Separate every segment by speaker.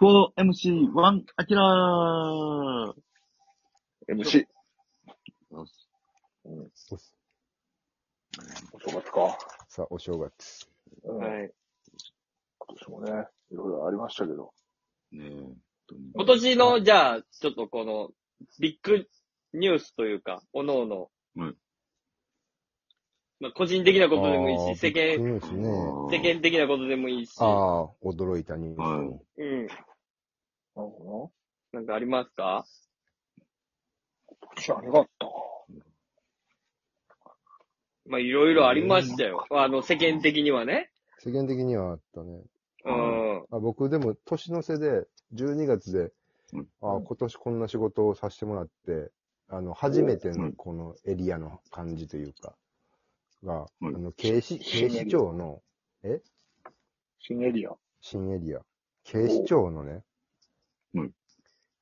Speaker 1: 4MC1、アキラー
Speaker 2: MC。
Speaker 1: よし
Speaker 2: うん。お
Speaker 3: おす
Speaker 2: 正月か。
Speaker 3: さあ、お正月。
Speaker 2: うん
Speaker 4: はい。
Speaker 2: 今年もね、いろいろありましたけど。
Speaker 1: ねえ、本当に。
Speaker 4: 今年の、じゃあ、ちょっとこの、ビッグニュースというか、おのおの。
Speaker 1: はい
Speaker 4: まあ、個人的なことでもいいし、世間、
Speaker 3: 間。ですね。
Speaker 4: 世間的なことでもいいし、
Speaker 3: ああ、驚いたニュー
Speaker 1: は
Speaker 3: ス。
Speaker 4: うん。
Speaker 2: なるほ
Speaker 4: なんかありますか
Speaker 2: どな。今年あれがあったか。
Speaker 4: まあ、いろいろありましたよ。あの、世間的にはね。
Speaker 3: 世間的にはあったね。
Speaker 4: うん。
Speaker 3: あ僕でも年の瀬で、12月で、
Speaker 1: うん
Speaker 3: ああ今年こんな仕事をさせてもらって、あの、初めて
Speaker 1: う
Speaker 3: の
Speaker 1: ん
Speaker 3: このエリアの感じというか、が、
Speaker 1: うん
Speaker 3: あの、警視、警視庁の
Speaker 2: 新エリア。
Speaker 3: 新エリア、警視庁のね
Speaker 1: うん、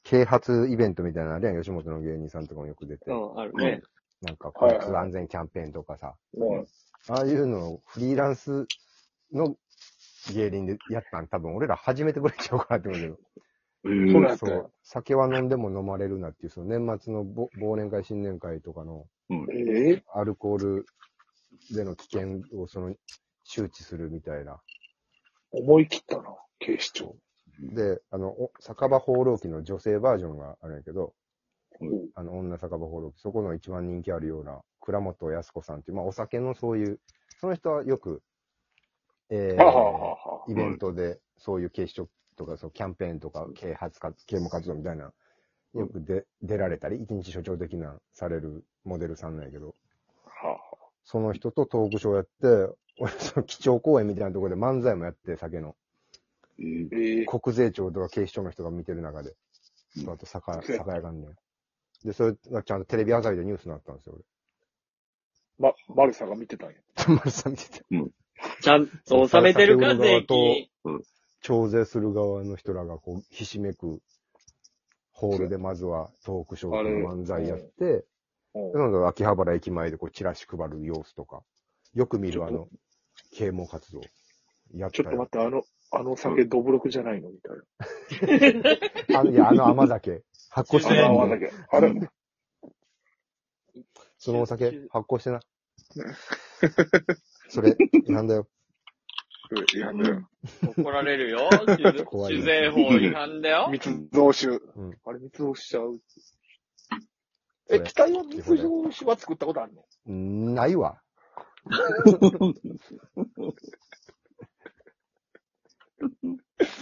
Speaker 3: 啓発イベントみたいなのあるやん、吉本の芸人さんとかもよく出て
Speaker 4: う、ん、あるね。
Speaker 3: なんか
Speaker 2: は
Speaker 3: 交
Speaker 2: い
Speaker 3: 通安全キャンペーンとかさ、
Speaker 2: ね
Speaker 3: ああいうのをフリーランスの芸人でやったん、多分俺ら初めてぐらいちゃうかなって思うけど。
Speaker 1: え
Speaker 2: そう
Speaker 1: ー
Speaker 2: だ、よ
Speaker 3: そう。酒は飲んでも飲まれるなっていう、その年末のぼ忘年会、新年会とかの
Speaker 2: ええ
Speaker 3: アルコールでの危険をその周知するみたいな。
Speaker 2: 思い切ったな、警視庁。
Speaker 3: で、あの、お酒場放浪記の女性バージョンがあるんやけど、
Speaker 2: うん
Speaker 3: あの、女酒場放浪記、そこの一番人気あるような、倉本康子さんっていう、まあお酒のそういう、その人はよく、えー
Speaker 2: はあはあはあはあ
Speaker 3: イベントで、そういう警視庁とか、そうキャンペーンとか、啓発活、啓蒙活動みたいな、よくで出られたり、一日所長的なされるモデルさんなんやけど、
Speaker 2: はあは
Speaker 3: その人とトークショーやって、俺、その基調講演みたいなところで漫才もやって、酒の。
Speaker 1: えー
Speaker 2: あ。ええ
Speaker 3: 国税庁とか警視庁の人が見てる中で
Speaker 1: う。ん
Speaker 3: あと酒屋、酒屋があんねん。で、それがちゃんとテレビ朝日でニュースになったんですよ、
Speaker 2: ま、マルサが見てたんや。
Speaker 3: 俺。たまさん見てて。
Speaker 4: ちゃんと収めてるか、
Speaker 3: そう酒
Speaker 4: 税
Speaker 3: 売る側と
Speaker 4: 金。
Speaker 3: 徴税する側の人らがこう、ひしめく、ホールでまずはトークショーと漫才やって、
Speaker 2: うん
Speaker 3: でなんか秋葉原駅前でこう、チラシ配る様子とか、よく見るあの、啓蒙活動、やっ
Speaker 2: ちょ
Speaker 3: た
Speaker 2: っと待
Speaker 3: よ。
Speaker 2: って、あの、あの酒、どぶろくじゃないのみたい
Speaker 3: あの、いや、あの甘酒、発酵して
Speaker 2: な。
Speaker 3: な
Speaker 2: あ
Speaker 3: い
Speaker 2: の
Speaker 3: ん
Speaker 2: 泡
Speaker 3: だ
Speaker 2: だ
Speaker 3: よ
Speaker 2: け。あれ、
Speaker 3: そのお酒
Speaker 4: うん、
Speaker 3: 発酵し てな。それ、なんだよ。
Speaker 2: いやね、
Speaker 4: 怒られるよ。
Speaker 3: 怖い
Speaker 4: 酒税法違反だよ。
Speaker 2: 密造酒
Speaker 3: うん。
Speaker 2: あれ、密造酒ちゃう。
Speaker 3: そ
Speaker 2: え、
Speaker 3: れ
Speaker 2: 北は密造酒は作ったことあるの
Speaker 3: ないわ。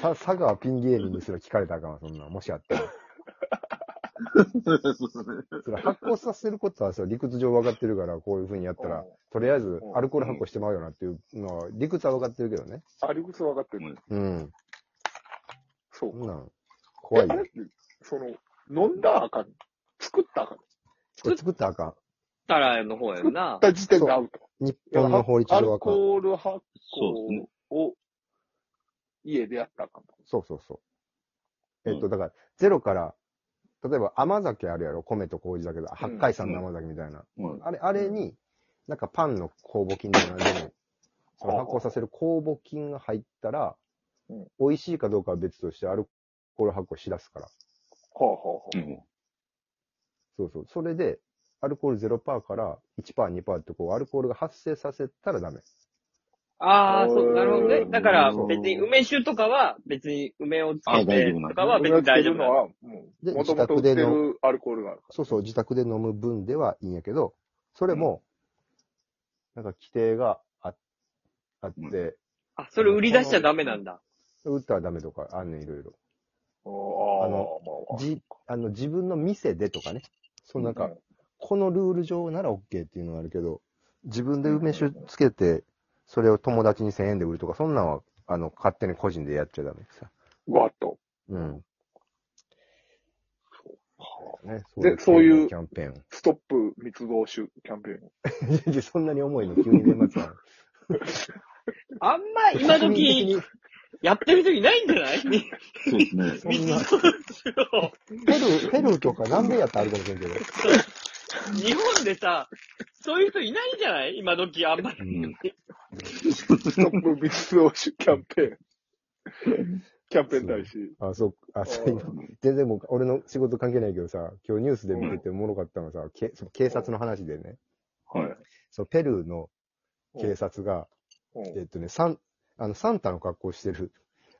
Speaker 3: さ、佐川ピン芸人にすら聞かれたらあかんわ、そんなん。もしあったら。それ発酵させることはそう理屈上分かってるから、こういう風にやったら、とりあえずアルコール発酵してまうよなっていうのは、理屈は分かってるけどね。
Speaker 2: あれこそ分かってる。
Speaker 3: うん。
Speaker 2: そう
Speaker 3: そ
Speaker 2: か
Speaker 3: んなん、怖い
Speaker 2: えあれ
Speaker 3: よ
Speaker 2: っ。て、その、飲んだらあかん。作ったらあかん。
Speaker 3: これ作ったらあか
Speaker 4: たらの方や んな。
Speaker 2: 作った時点でアウト。
Speaker 3: ん。日本の法律上
Speaker 2: アル
Speaker 3: はあかん。
Speaker 2: コール発
Speaker 1: そうです
Speaker 2: 酵を家でやったらあかん。
Speaker 3: そうそうそう。えっと、
Speaker 1: う
Speaker 3: だから、ゼロから、例えば甘酒あるやろ、米と麹だけど、八海山の甘酒みたいな。
Speaker 1: うん
Speaker 3: あれ、あれに、なんかパンの酵母菌でも何でも、その発酵させる酵母菌が入ったら
Speaker 2: うん、
Speaker 3: 美味しいかどうかは別としてアルコール発酵しだすから。
Speaker 2: ほうほう
Speaker 1: う
Speaker 2: ほ
Speaker 1: ん
Speaker 3: そうそう。それで、アルコール0%から1%、2%ってこう、アルコールが発生させたらダメ。
Speaker 4: ああ、そう、なるほどね。だから
Speaker 2: そう、
Speaker 4: 別に梅酒とかは、別に梅をつけ
Speaker 1: あ大
Speaker 4: て
Speaker 1: 丈夫なの
Speaker 4: とか
Speaker 2: う。
Speaker 4: は別に大丈夫
Speaker 2: の
Speaker 4: な
Speaker 2: は、
Speaker 3: で
Speaker 2: もともと売ってるアルコールがあるか
Speaker 3: そうそう、自宅で飲む分ではいいんやけど、それも、なんか規定がああって、
Speaker 4: あ、それ売り出しちゃダメなんだ。
Speaker 3: 打ったらダメとか、あんねん、いろいろ。
Speaker 2: ら。
Speaker 3: あ
Speaker 2: あ
Speaker 3: の
Speaker 2: の
Speaker 3: じ、あの、自分の店でとかね。そう、なんか、
Speaker 2: うん
Speaker 3: このルール上なら OK っていうのがあるけど、自分で梅酒つけて、それを友達に1000円で売るとか、そんなんは、あの、勝手に個人でやっちゃダメさ。
Speaker 2: わっと。
Speaker 3: うん。ね、
Speaker 2: でそういう
Speaker 3: キャンペーン
Speaker 2: ストップ密造酒キャンペーン。
Speaker 3: を。いやそんなに重いの、急に年末なの。
Speaker 4: あんま、今
Speaker 3: 国民 的
Speaker 4: 時、
Speaker 3: に
Speaker 4: やってる人いないんじゃない
Speaker 1: そうですね。
Speaker 3: そんな
Speaker 4: そう
Speaker 3: ペルー、ペルーとか南米やったらあるかもしれんけど。
Speaker 4: 日本でさ、そういう人いないんじゃない今時、あんまり。
Speaker 1: うん
Speaker 2: ストップ密造酒キャンペーン。 キャンペーン大使。
Speaker 3: あ、そう、あ、そう今
Speaker 2: う
Speaker 3: 全然もう俺の仕事関係ないけどさ、今日ニュースで見てておもろかったのがさ、けその警察の話でね、
Speaker 1: はい。
Speaker 3: そうペルーの警察が、
Speaker 2: うん
Speaker 3: えっとね、サン、あの、サンタの格好してる、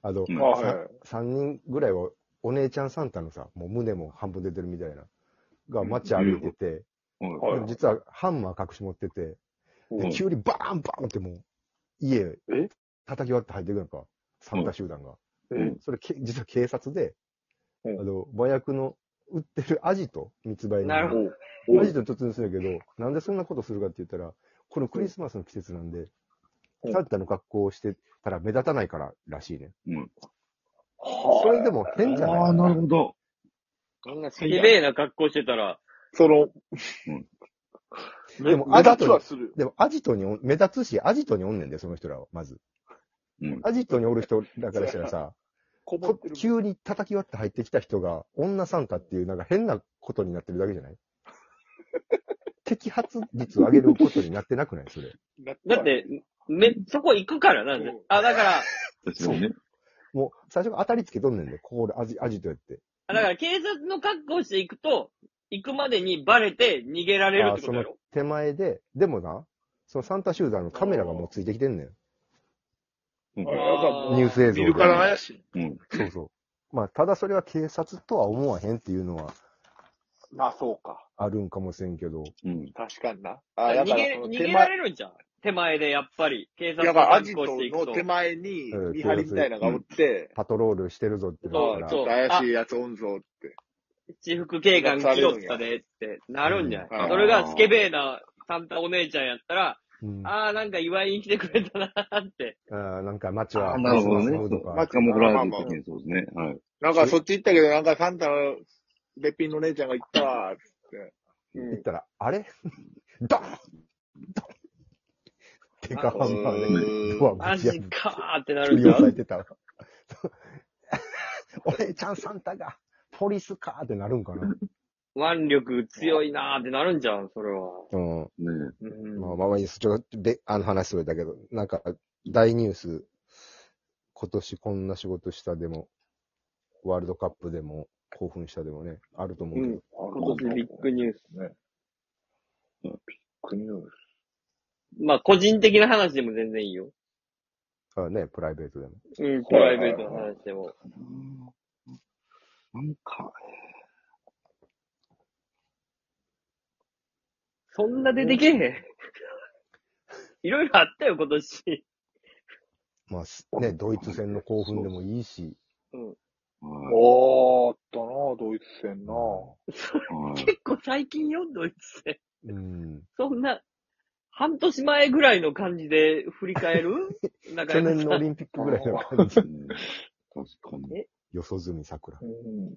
Speaker 3: あの、
Speaker 1: うん
Speaker 2: あはいはい。
Speaker 3: 3人ぐらいは、お姉ちゃんサンタのさ、もう胸も半分出てるみたいな、が街歩いてて、
Speaker 1: は
Speaker 2: はい
Speaker 3: でも実はハンマー隠し持ってて、
Speaker 1: う
Speaker 3: で
Speaker 1: ん
Speaker 3: 急にバーンバーンってもう、家
Speaker 2: え、
Speaker 3: 叩き割って入ってくるやんか、サンタ集団が。
Speaker 2: え
Speaker 3: それけ、実は警察で、あ
Speaker 2: うん
Speaker 3: の、麻薬の売ってるアジト、密売
Speaker 4: なるほ
Speaker 3: の。
Speaker 4: ど
Speaker 2: お
Speaker 3: アジトちょっと盗んだけど、なんでそんなことするかって言ったら、このクリスマスの季節なんで
Speaker 2: う、ん
Speaker 3: サンタの格好をしてたら目立たないかららしいね。
Speaker 1: い。うん。
Speaker 2: はあ
Speaker 3: それでも変じゃ
Speaker 1: ああ、
Speaker 3: ない
Speaker 1: なるほど。
Speaker 4: こんな綺麗な格好してたら、
Speaker 2: その、
Speaker 1: ん
Speaker 2: め
Speaker 3: でも
Speaker 2: 目立つはする。
Speaker 3: でも、アジトにお、目立つし、アジトにおんねんで、その人らは、まず。
Speaker 1: うん。
Speaker 3: アジトにおる人だからしたらさ、
Speaker 2: こも
Speaker 3: と
Speaker 2: ってる。
Speaker 3: 急に叩き割って入ってきた人が、女サンタっていう、なんか変なことになってるだけじゃない摘発率を上げることになってなくないそれ。
Speaker 4: だって、め、そこ行くからな
Speaker 2: うん
Speaker 4: で
Speaker 2: ん。
Speaker 4: あ、だから、
Speaker 1: 確かにね。
Speaker 3: もう、最初から当たりつけとんねんで、ここでアジ、アジトやって。
Speaker 4: あだから警察の格好して行くと、行くまでにバレて逃げられるってことやろ
Speaker 3: 手前で、でもな、そのサンタ集団のカメラがもうついてきてんねん。
Speaker 1: うん
Speaker 2: あやば
Speaker 4: あー
Speaker 3: ニュース映像
Speaker 2: 見るから怪しい。
Speaker 1: うん。
Speaker 3: そうそう。まあ、ただそれは警察とは思わへんっていうのは
Speaker 2: まあそうか。
Speaker 3: あるんかもしれんけど、
Speaker 1: うん。
Speaker 2: 確かにな。
Speaker 4: 逃
Speaker 2: あ
Speaker 4: げ
Speaker 2: やからその
Speaker 4: 逃
Speaker 2: 手
Speaker 4: げら
Speaker 2: 前、
Speaker 4: れるんじゃん。手前でやっぱり、警察
Speaker 2: や
Speaker 4: の
Speaker 2: からア
Speaker 4: 格
Speaker 2: ジ
Speaker 4: 好
Speaker 2: ト
Speaker 4: していくと
Speaker 2: の手。前に
Speaker 3: うん
Speaker 2: 見張りみたいなのがおって、
Speaker 3: パトロールしてるぞってなったら、
Speaker 4: そう
Speaker 2: 怪しいやつおんぞって。
Speaker 4: 私服警官来よったでってなるんじゃ
Speaker 2: う
Speaker 4: なんいそれがスケベーなサンタお姉ちゃんやったら、
Speaker 3: うん
Speaker 4: ああ、なんか祝いに来てくれたなーって。
Speaker 3: あーなんか街は
Speaker 1: あ
Speaker 3: ク
Speaker 1: ー
Speaker 3: リ
Speaker 1: なる
Speaker 3: ス
Speaker 1: ほ
Speaker 3: マ
Speaker 1: ど
Speaker 3: ス
Speaker 1: ね
Speaker 3: ムードか。
Speaker 2: ま
Speaker 1: カモフラージュ的にそうですね。はい。
Speaker 2: なんかそっち行ったけど、なんかサンタのべっぴんの姉ちゃんが行ったわ。
Speaker 3: 行ったら、あれ ドンドン手がハンマ
Speaker 2: う
Speaker 3: ー
Speaker 2: ー
Speaker 3: で
Speaker 2: ん
Speaker 3: ドア
Speaker 4: マ
Speaker 3: ぶち
Speaker 4: ジ
Speaker 3: 破って
Speaker 4: かーってなる
Speaker 3: 振
Speaker 4: ん
Speaker 3: り
Speaker 4: じゃ
Speaker 3: 押さ
Speaker 4: ん
Speaker 3: えてた わ。お姉ちゃんサンタが、ポリスかーってなるんかな。
Speaker 4: 腕力強いなーってなるんじゃんそれは。
Speaker 3: うん。
Speaker 1: ね
Speaker 4: うん
Speaker 3: まあまあまあいいです。ちょっと、で、あの話それだけど、なんか、大ニュース、今年こんな仕事したでも、ワールドカップでも、興奮したでもね、あると思うけど。
Speaker 2: うん
Speaker 4: 今年ビッグニュース。
Speaker 2: 国の
Speaker 4: まあ個人的な話でも全然いいよ。
Speaker 3: あね、プライベートでも。
Speaker 4: うん、プライベートの話でも。
Speaker 1: なんか、
Speaker 4: そんな出てけえ へん。いろいろあったよ、今年。
Speaker 3: まあす、ね、ドイツ戦の興奮でもいいし、
Speaker 1: は
Speaker 2: おーっとなドイツ戦な
Speaker 1: はい。
Speaker 4: 結構最近よ、ドイツ戦。
Speaker 3: うん。
Speaker 4: そんな、半年前ぐらいの感じで振 り返るなんか
Speaker 3: 去年のオリンピックぐらいの 感じ。
Speaker 1: うん確かに。
Speaker 3: よそずみ桜。
Speaker 2: うん。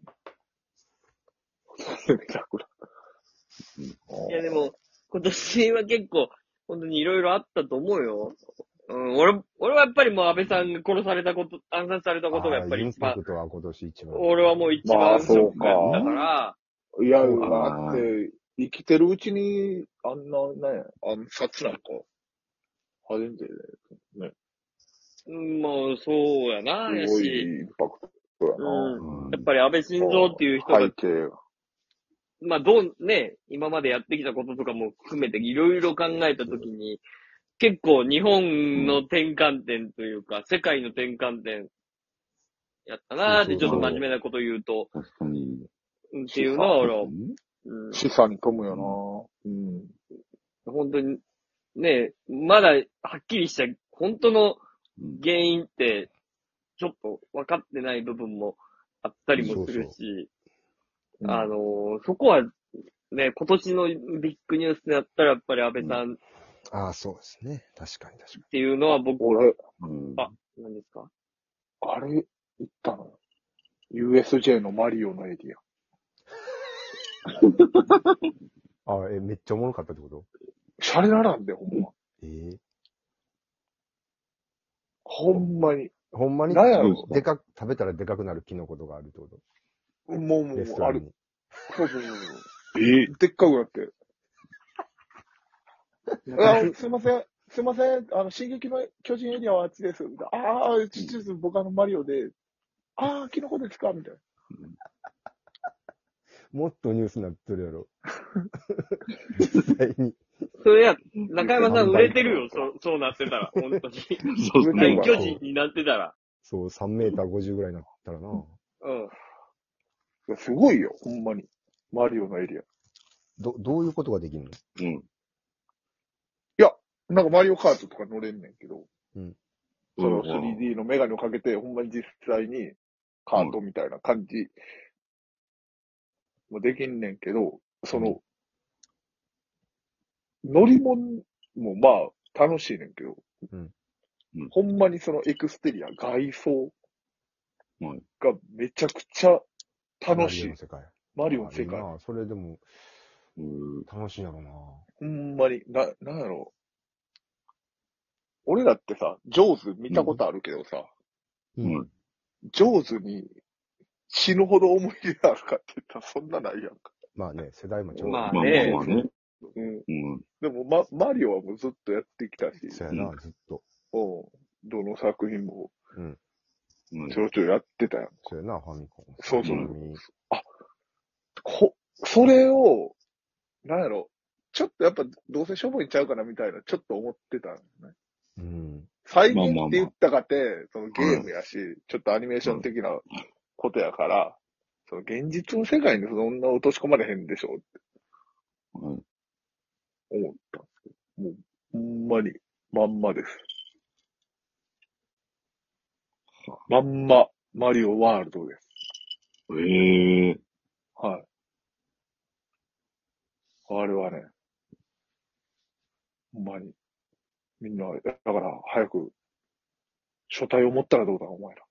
Speaker 4: いやでも、今年は結構、本当にいろいろあったと思うよ。うん、俺、俺はやっぱりもう安倍さんが殺されたこと、暗殺されたことがやっぱ
Speaker 3: あー
Speaker 4: り
Speaker 3: イン
Speaker 4: 一
Speaker 3: パ
Speaker 4: 番、
Speaker 3: クトは今年一番。
Speaker 4: 俺はもう一
Speaker 2: ま
Speaker 4: 番
Speaker 2: あ
Speaker 4: ショックやったから、
Speaker 2: いや、だ
Speaker 3: そうか
Speaker 1: な
Speaker 2: って、生きてるうちに、あんなね、暗殺なんか、初めて
Speaker 4: うん、もうそうやな、
Speaker 2: で、
Speaker 4: や
Speaker 2: すごい
Speaker 4: し、
Speaker 2: インパクトや
Speaker 4: う
Speaker 2: な。
Speaker 1: うん
Speaker 4: やっぱり安倍晋三っていう人が
Speaker 2: 背景が。
Speaker 4: まあ、どう、ね、今までやってきたこととかも含めていろいろ考えたときに、結構日本の転換点というか、世界の転換点、やったなーって、ちょっと真面目なこと言うと、
Speaker 1: 確かに。
Speaker 4: うんっていうのは俺は、うん
Speaker 2: 資産に富むよな。うん。
Speaker 4: 本当に、ね、まだはっきりした、本当の
Speaker 1: うん
Speaker 4: 原因って、ちょっと分かってない部分もあったりもするし、
Speaker 2: そうそう
Speaker 4: あのーそこは、ね、今年のビッグニュースになったら、やっぱり安倍さん
Speaker 3: ああ、そうですね。確かに確か
Speaker 4: っていうのは僕、
Speaker 2: 俺、
Speaker 1: うん
Speaker 4: あ何ですか
Speaker 2: あれ、行ったの ?USJ のマリオのエリア。
Speaker 3: に。ああ、え、めっちゃおもろかったってこと
Speaker 2: シャレならんで、ほんま。
Speaker 3: ええ
Speaker 2: ほんまに。
Speaker 3: ほんまに、
Speaker 2: なんやろ
Speaker 3: でかく、食べたらでかくなるキノコとかあるってこ
Speaker 2: もう、も
Speaker 3: と
Speaker 2: う
Speaker 3: レス、ト
Speaker 2: あ
Speaker 3: ラ
Speaker 2: る。
Speaker 3: ンに。
Speaker 2: そうそうそうそう。
Speaker 1: え
Speaker 2: でっかくなって。あすいません。すいません、あの、進撃の巨人エリアはあっちです。ああ、ちょっと僕あの、マリオで、ああ、キノコですかみたいな。
Speaker 3: もっとニュースになってるやろ。実際に。
Speaker 4: それや、中山さん売れてるよ、そう、そうなってたら、本 当
Speaker 1: そう
Speaker 4: に。
Speaker 1: です
Speaker 4: 大
Speaker 1: ね。
Speaker 4: 巨人になってたら。
Speaker 3: そう、3メーター50ぐらいになったらな。
Speaker 4: うん。
Speaker 2: いやすごいよ、ほんまに。マリオのエリア。
Speaker 3: ど、どういうことができるの
Speaker 1: うん。
Speaker 2: なんかマリオカートとか乗れんねんけど、その
Speaker 1: うん
Speaker 2: 3D のメガネをかけて、ほんまに実際にカートみたいな感じもできんねんけど、その、乗り物もまあ楽しいねんけど、
Speaker 3: うん
Speaker 1: うん
Speaker 2: ほんまにそのエクステリア、外装
Speaker 1: はい
Speaker 2: がめちゃくちゃ楽しい
Speaker 3: マリオの。世界。
Speaker 2: マリオの世界
Speaker 3: あ。いいなそれでも
Speaker 1: うん
Speaker 3: 楽しいんやろうな。
Speaker 2: ほんまに、な、なんやろう。俺だってさ、ジョーズ見たことあるけどさ、
Speaker 1: うん。うん。
Speaker 2: ジョーズに死ぬほど思い入れあるかって言ったらそんなないやんか。
Speaker 3: まあね、世代もちょうど。
Speaker 4: まあ
Speaker 1: まあまあ
Speaker 4: ね
Speaker 1: まあね。
Speaker 2: うん。
Speaker 1: うん。
Speaker 2: でも、ま、マリオはもうずっとやってきたし、
Speaker 3: そうやな、ずっと。
Speaker 2: うん。どの作品も
Speaker 3: うん。
Speaker 1: うん
Speaker 2: ちょろちょろやってたやん。
Speaker 3: そうやな、ファミコン。
Speaker 2: そう
Speaker 1: そう
Speaker 3: ファミ
Speaker 2: こ、それを、なんやろ、ちょっとやっぱどうせしょぼいんちゃうかなみたいな、ちょっと思ってたんよね。
Speaker 3: うん。
Speaker 2: 最近って言ったかて、そのゲームやし、ちょっとアニメーション的なことやから、その現実の世界にそんな落とし込まれへんでしょって
Speaker 1: はい
Speaker 2: 思ったんですけど、もう、ほんまに、まんまです。まんま、マリオワールドです。
Speaker 1: ええ。
Speaker 2: はい。あれはね、ほんまに、みんな、だから、早く、書体を持ったらどうだ、お前ら。